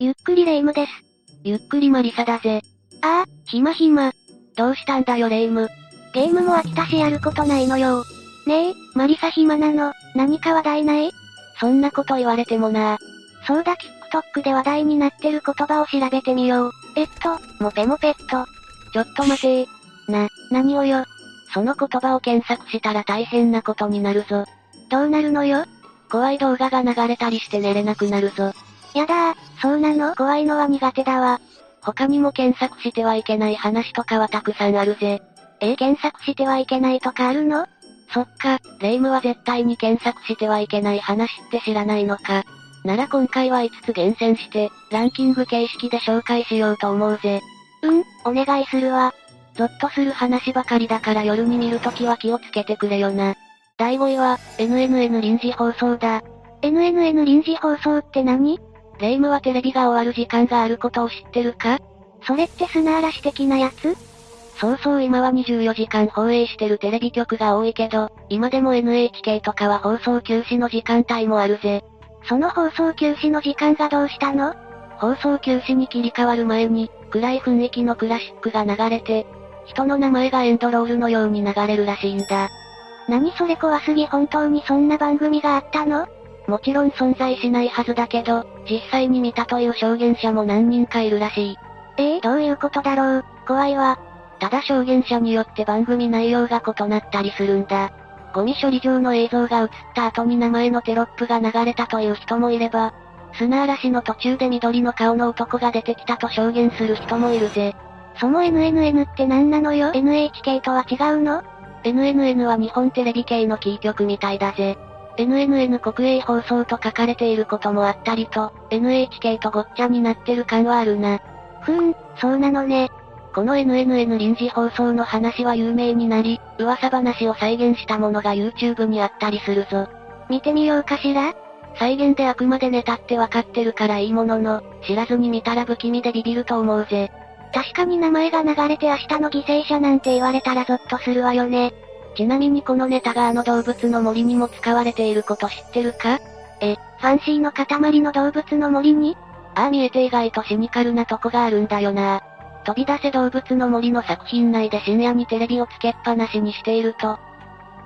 ゆっくりレ夢ムです。ゆっくりマリサだぜ。ああ、ひまひま。どうしたんだよレ夢ム。ゲームも飽きたしやることないのよ。ねえ、マリサ暇なの、何か話題ないそんなこと言われてもな。そうだ、TikTok で話題になってる言葉を調べてみよう。えっと、もぺもぺっと。ちょっと待てー。な、何をよ。その言葉を検索したら大変なことになるぞ。どうなるのよ怖い動画が流れたりして寝れなくなるぞ。やだー、そうなの怖いのは苦手だわ。他にも検索してはいけない話とかはたくさんあるぜ。え、検索してはいけないとかあるのそっか、レ夢ムは絶対に検索してはいけない話って知らないのか。なら今回は5つ厳選して、ランキング形式で紹介しようと思うぜ。うん、お願いするわ。ゾッとする話ばかりだから夜に見るときは気をつけてくれよな。第5位は、NNN 臨時放送だ。 NNN 臨時放送って何レ夢ムはテレビが終わる時間があることを知ってるかそれって砂嵐的なやつそうそう今は24時間放映してるテレビ局が多いけど、今でも NHK とかは放送休止の時間帯もあるぜ。その放送休止の時間がどうしたの放送休止に切り替わる前に、暗い雰囲気のクラシックが流れて、人の名前がエンドロールのように流れるらしいんだ。何それ怖すぎ本当にそんな番組があったのもちろん存在しないはずだけど、実際に見たという証言者も何人かいるらしい。ええー、どういうことだろう怖いわ。ただ証言者によって番組内容が異なったりするんだ。ゴミ処理場の映像が映った後に名前のテロップが流れたという人もいれば、砂嵐の途中で緑の顔の男が出てきたと証言する人もいるぜ。その NNN って何なのよ ?NHK とは違うの ?NNN は日本テレビ系のキー局みたいだぜ。NNN 国営放送と書かれていることもあったりと、NHK とごっちゃになってる感はあるな。ふーん、そうなのね。この NNN 臨時放送の話は有名になり、噂話を再現したものが YouTube にあったりするぞ。見てみようかしら再現であくまでネタってわかってるからいいものの、知らずに見たら不気味でビビると思うぜ。確かに名前が流れて明日の犠牲者なんて言われたらゾッとするわよね。ちなみにこのネタがあの動物の森にも使われていること知ってるかえ、ファンシーの塊の動物の森にああ見えて意外とシニカルなとこがあるんだよな。飛び出せ動物の森の作品内で深夜にテレビをつけっぱなしにしていると、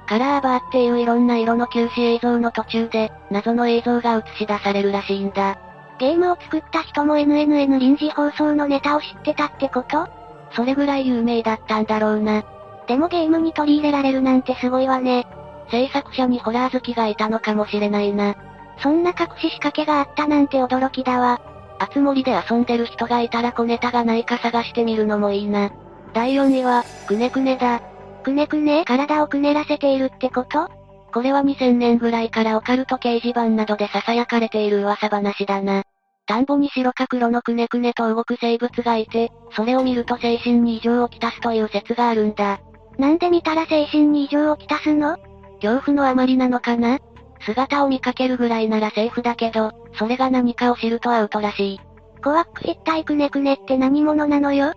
カラーバーっていういろんな色の休止映像の途中で、謎の映像が映し出されるらしいんだ。ゲームを作った人も NNN 臨時放送のネタを知ってたってことそれぐらい有名だったんだろうな。でもゲームに取り入れられるなんてすごいわね。制作者にホラー好きがいたのかもしれないな。そんな隠し仕掛けがあったなんて驚きだわ。あつ森で遊んでる人がいたら小ネタがないか探してみるのもいいな。第4位は、くねくねだ。くねくね体をくねらせているってことこれは2000年ぐらいからオカルト掲示板などで囁かれている噂話だな。田んぼに白か黒のくねくねと動く生物がいて、それを見ると精神に異常をきたすという説があるんだ。なんで見たら精神に異常をきたすの恐怖のあまりなのかな姿を見かけるぐらいならセーフだけど、それが何かを知るとアウトらしい。怖く一体くねくねって何者なのよ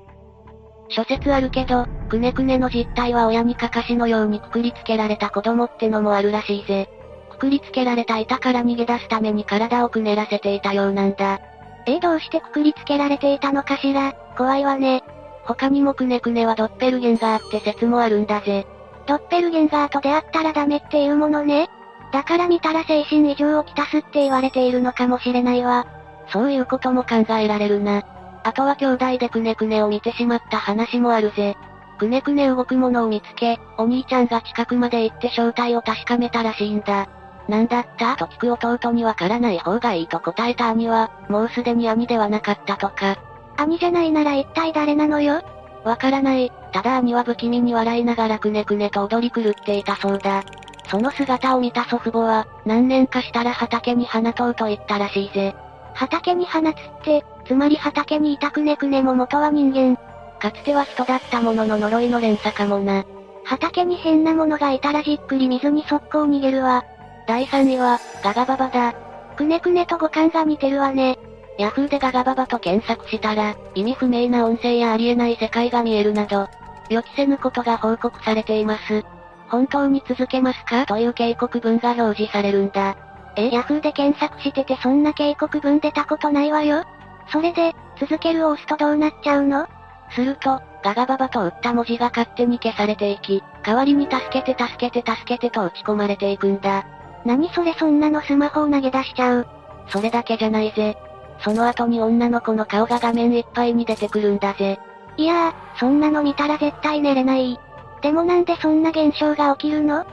諸説あるけど、くねくねの実態は親にかかしのようにくくりつけられた子供ってのもあるらしいぜ。くくりつけられた板から逃げ出すために体をくねらせていたようなんだ。え、どうしてくくりつけられていたのかしら怖いわね。他にもくねくねはドッペルゲンガーって説もあるんだぜ。ドッペルゲンガーと出会ったらダメっていうものね。だから見たら精神異常をきたすって言われているのかもしれないわ。そういうことも考えられるな。あとは兄弟でくねくねを見てしまった話もあるぜ。くねくね動くものを見つけ、お兄ちゃんが近くまで行って正体を確かめたらしいんだ。なんだったと聞く弟にわからない方がいいと答えた兄は、もうすでに兄ではなかったとか。兄じゃないなら一体誰なのよわからない。ただ兄は不気味に笑いながらくねくねと踊り狂っていたそうだ。その姿を見た祖父母は、何年かしたら畑に放とうと言ったらしいぜ。畑に放つって、つまり畑にいたくねくねも元は人間。かつては人だったものの呪いの連鎖かもな。畑に変なものがいたらじっくり水に速攻逃げるわ。第3位は、ガガババだ。くねくねと五感が似てるわね。ヤフーでガガババと検索したら、意味不明な音声やありえない世界が見えるなど、予期せぬことが報告されています。本当に続けますかという警告文が表示されるんだ。え、ヤフーで検索しててそんな警告文出たことないわよ。それで、続けるを押すとどうなっちゃうのすると、ガガババと打った文字が勝手に消されていき、代わりに助けて助けて助けてと打ち込まれていくんだ。何それそんなのスマホを投げ出しちゃう。それだけじゃないぜ。その後に女の子の顔が画面いっぱいに出てくるんだぜ。いやー、そんなの見たら絶対寝れない。でもなんでそんな現象が起きるの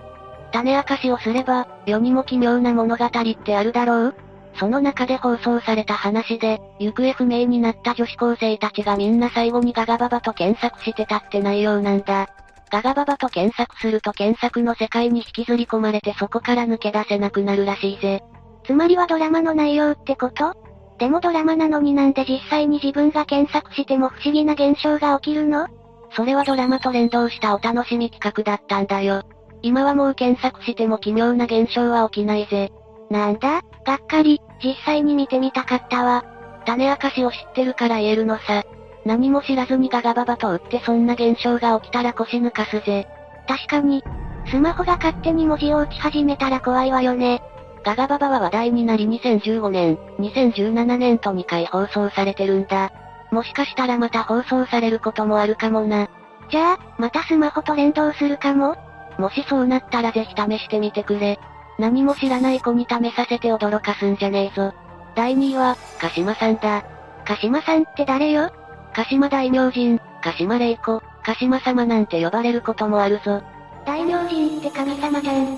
種明かしをすれば、世にも奇妙な物語ってあるだろうその中で放送された話で、行方不明になった女子高生たちがみんな最後にガガババと検索してたって内容なんだ。ガガババと検索すると検索の世界に引きずり込まれてそこから抜け出せなくなるらしいぜ。つまりはドラマの内容ってことでもドラマなのになんで実際に自分が検索しても不思議な現象が起きるのそれはドラマと連動したお楽しみ企画だったんだよ。今はもう検索しても奇妙な現象は起きないぜ。なんだ、がっかり、実際に見てみたかったわ。種明かしを知ってるから言えるのさ。何も知らずにガガババと打ってそんな現象が起きたら腰抜かすぜ。確かに、スマホが勝手に文字を打ち始めたら怖いわよね。ガガババは話題になり2015年、2017年と2回放送されてるんだ。もしかしたらまた放送されることもあるかもな。じゃあ、またスマホと連動するかももしそうなったらぜひ試してみてくれ。何も知らない子に試させて驚かすんじゃねえぞ。第2位は、鹿島さんだ。鹿島さんって誰よ鹿島大名人、鹿島玲子、鹿島様なんて呼ばれることもあるぞ。大名人って神様じゃん。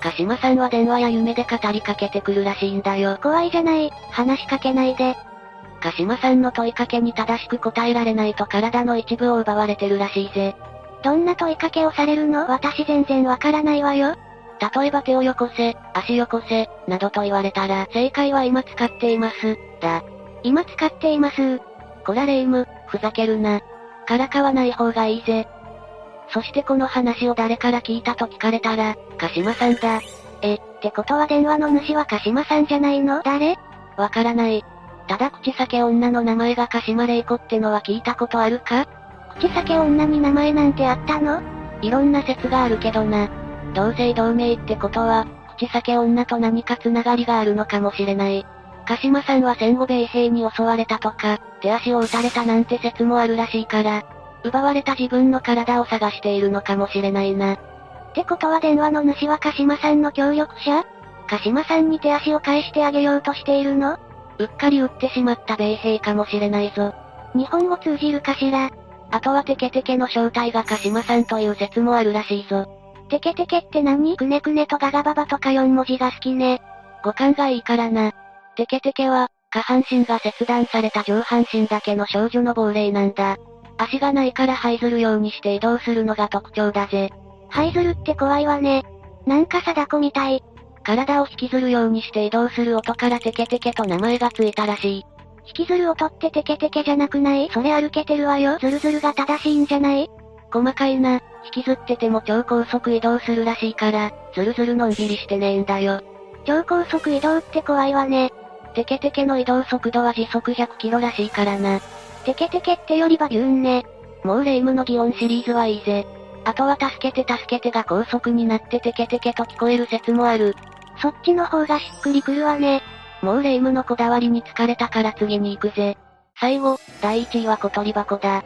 鹿島さんは電話や夢で語りかけてくるらしいんだよ。怖いじゃない、話しかけないで。鹿島さんの問いかけに正しく答えられないと体の一部を奪われてるらしいぜ。どんな問いかけをされるの私全然わからないわよ。例えば手をよこせ、足よこせ、などと言われたら、正解は今使っています、だ。今使っています。こらレイム、ふざけるな。からかわない方がいいぜ。そしてこの話を誰から聞いたと聞かれたら、鹿島さんだ。ってことは電話の主は鹿島さんじゃないの誰わからない。ただ口先女の名前が鹿島玲子ってのは聞いたことあるか口裂け女に名前なんてあったのいろんな説があるけどな。同姓同名ってことは、口裂け女と何かつながりがあるのかもしれない。鹿島さんは戦後米兵に襲われたとか、手足を撃たれたなんて説もあるらしいから、奪われた自分の体を探しているのかもしれないな。ってことは電話の主は鹿島さんの協力者鹿島さんに手足を返してあげようとしているのうっかり撃ってしまった米兵かもしれないぞ。日本語通じるかしらあとはテケテケの正体が鹿島さんという説もあるらしいぞ。テケテケって何くねくねとガガババとか4文字が好きね。五感がいいからな。テケテケは、下半身が切断された上半身だけの少女の亡霊なんだ。足がないから這いずるようにして移動するのが特徴だぜ。ハイズルって怖いわね。なんか貞子みたい。体を引きずるようにして移動する音からテケテケと名前がついたらしい。引きずる音ってテケテケじゃなくないそれ歩けてるわよ。ズルズルが正しいんじゃない細かいな、引きずってても超高速移動するらしいから、ズルズルのんびりしてねえんだよ。超高速移動って怖いわね。テケテケの移動速度は時速100キロらしいからな。テケテケってよりはビューンね。もうレイムの擬音シリーズはいいぜ。あとは助けて助けてが高速になってテケテケと聞こえる説もある。そっちの方がしっくりくるわね。もうレイムのこだわりに疲れたから次に行くぜ。最後、第1位は小鳥箱だ。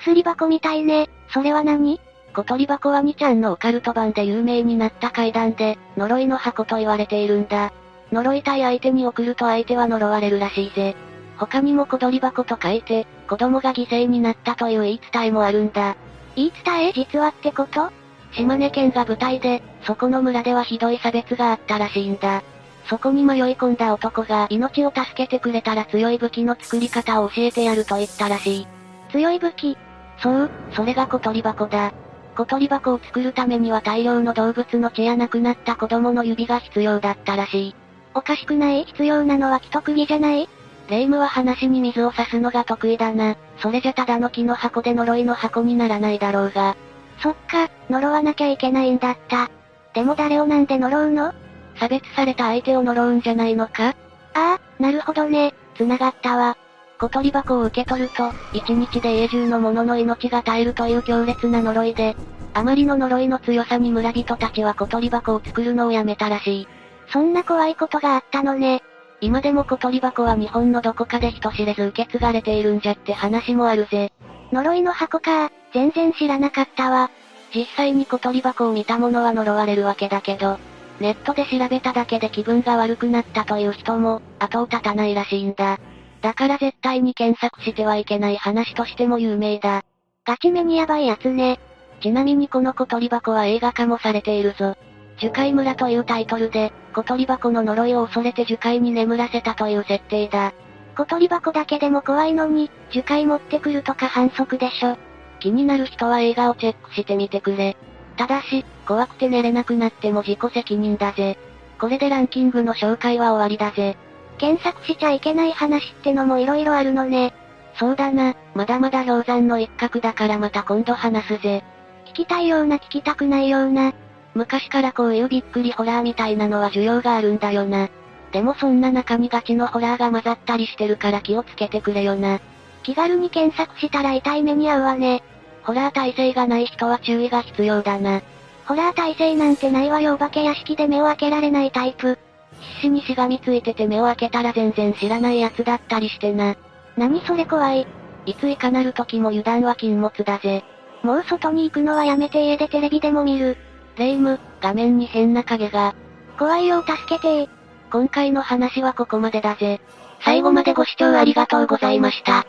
薬箱みたいね。それは何小鳥箱は2ちゃんのオカルト版で有名になった階段で、呪いの箱と言われているんだ。呪いたい相手に送ると相手は呪われるらしいぜ。他にも小鳥箱と書いて、子供が犠牲になったという言い伝えもあるんだ。言い伝え実はってこと島根県が舞台で、そこの村ではひどい差別があったらしいんだ。そこに迷い込んだ男が命を助けてくれたら強い武器の作り方を教えてやると言ったらしい。強い武器。そう、それが小鳥箱だ。小鳥箱を作るためには大量の動物の血や亡くなった子供の指が必要だったらしい。おかしくない必要なのは一釘じゃない霊夢は話に水を差すのが得意だな。それじゃただの木の箱で呪いの箱にならないだろうが。そっか、呪わなきゃいけないんだった。でも誰をなんで呪うのあ差別された相手を呪うんじゃないのかあ、なるほどね。繋がったわ。小鳥箱を受け取ると、一日で家中の者の命が絶えるという強烈な呪いで、あまりの呪いの強さに村人たちは小鳥箱を作るのをやめたらしい。そんな怖いことがあったのね。今でも小鳥箱は日本のどこかで人知れず受け継がれているんじゃって話もあるぜ。呪いの箱か全然知らなかったわ。実際に小鳥箱を見た者は呪われるわけだけど、ネットで調べただけで気分が悪くなったという人も、後を絶たないらしいんだ。だから絶対に検索してはいけない話としても有名だ。ガチめにヤバいやつね。ちなみにこの小鳥箱は映画化もされているぞ。樹海村というタイトルで、小鳥箱の呪いを恐れて樹海に眠らせたという設定だ。小鳥箱だけでも怖いのに、樹海持ってくるとか反則でしょ。気になる人は映画をチェックしてみてくれ。ただし、怖くて寝れなくなっても自己責任だぜ。これでランキングの紹介は終わりだぜ。検索しちゃいけない話ってのも色々あるのね。そうだな、まだまだ氷山の一角だからまた今度話すぜ。聞きたいような聞きたくないような、昔からこういうびっくりホラーみたいなのは需要があるんだよな。でもそんな中にガチのホラーが混ざったりしてるから気をつけてくれよな。気軽に検索したら痛い目に遭うわね。ホラー耐性がない人は注意が必要だな。ホラー耐性なんてないわよお化け屋敷で目を開けられないタイプ。必死にしがみついてて目を開けたら全然知らないやつだったりしてな。何それ怖い。いついかなる時も油断は禁物だぜ。もう外に行くのはやめて家でテレビでも見る。レイム、画面に変な影が。怖いよ助けて今回の話はここまでだぜ。最後までご視聴ありがとうございました。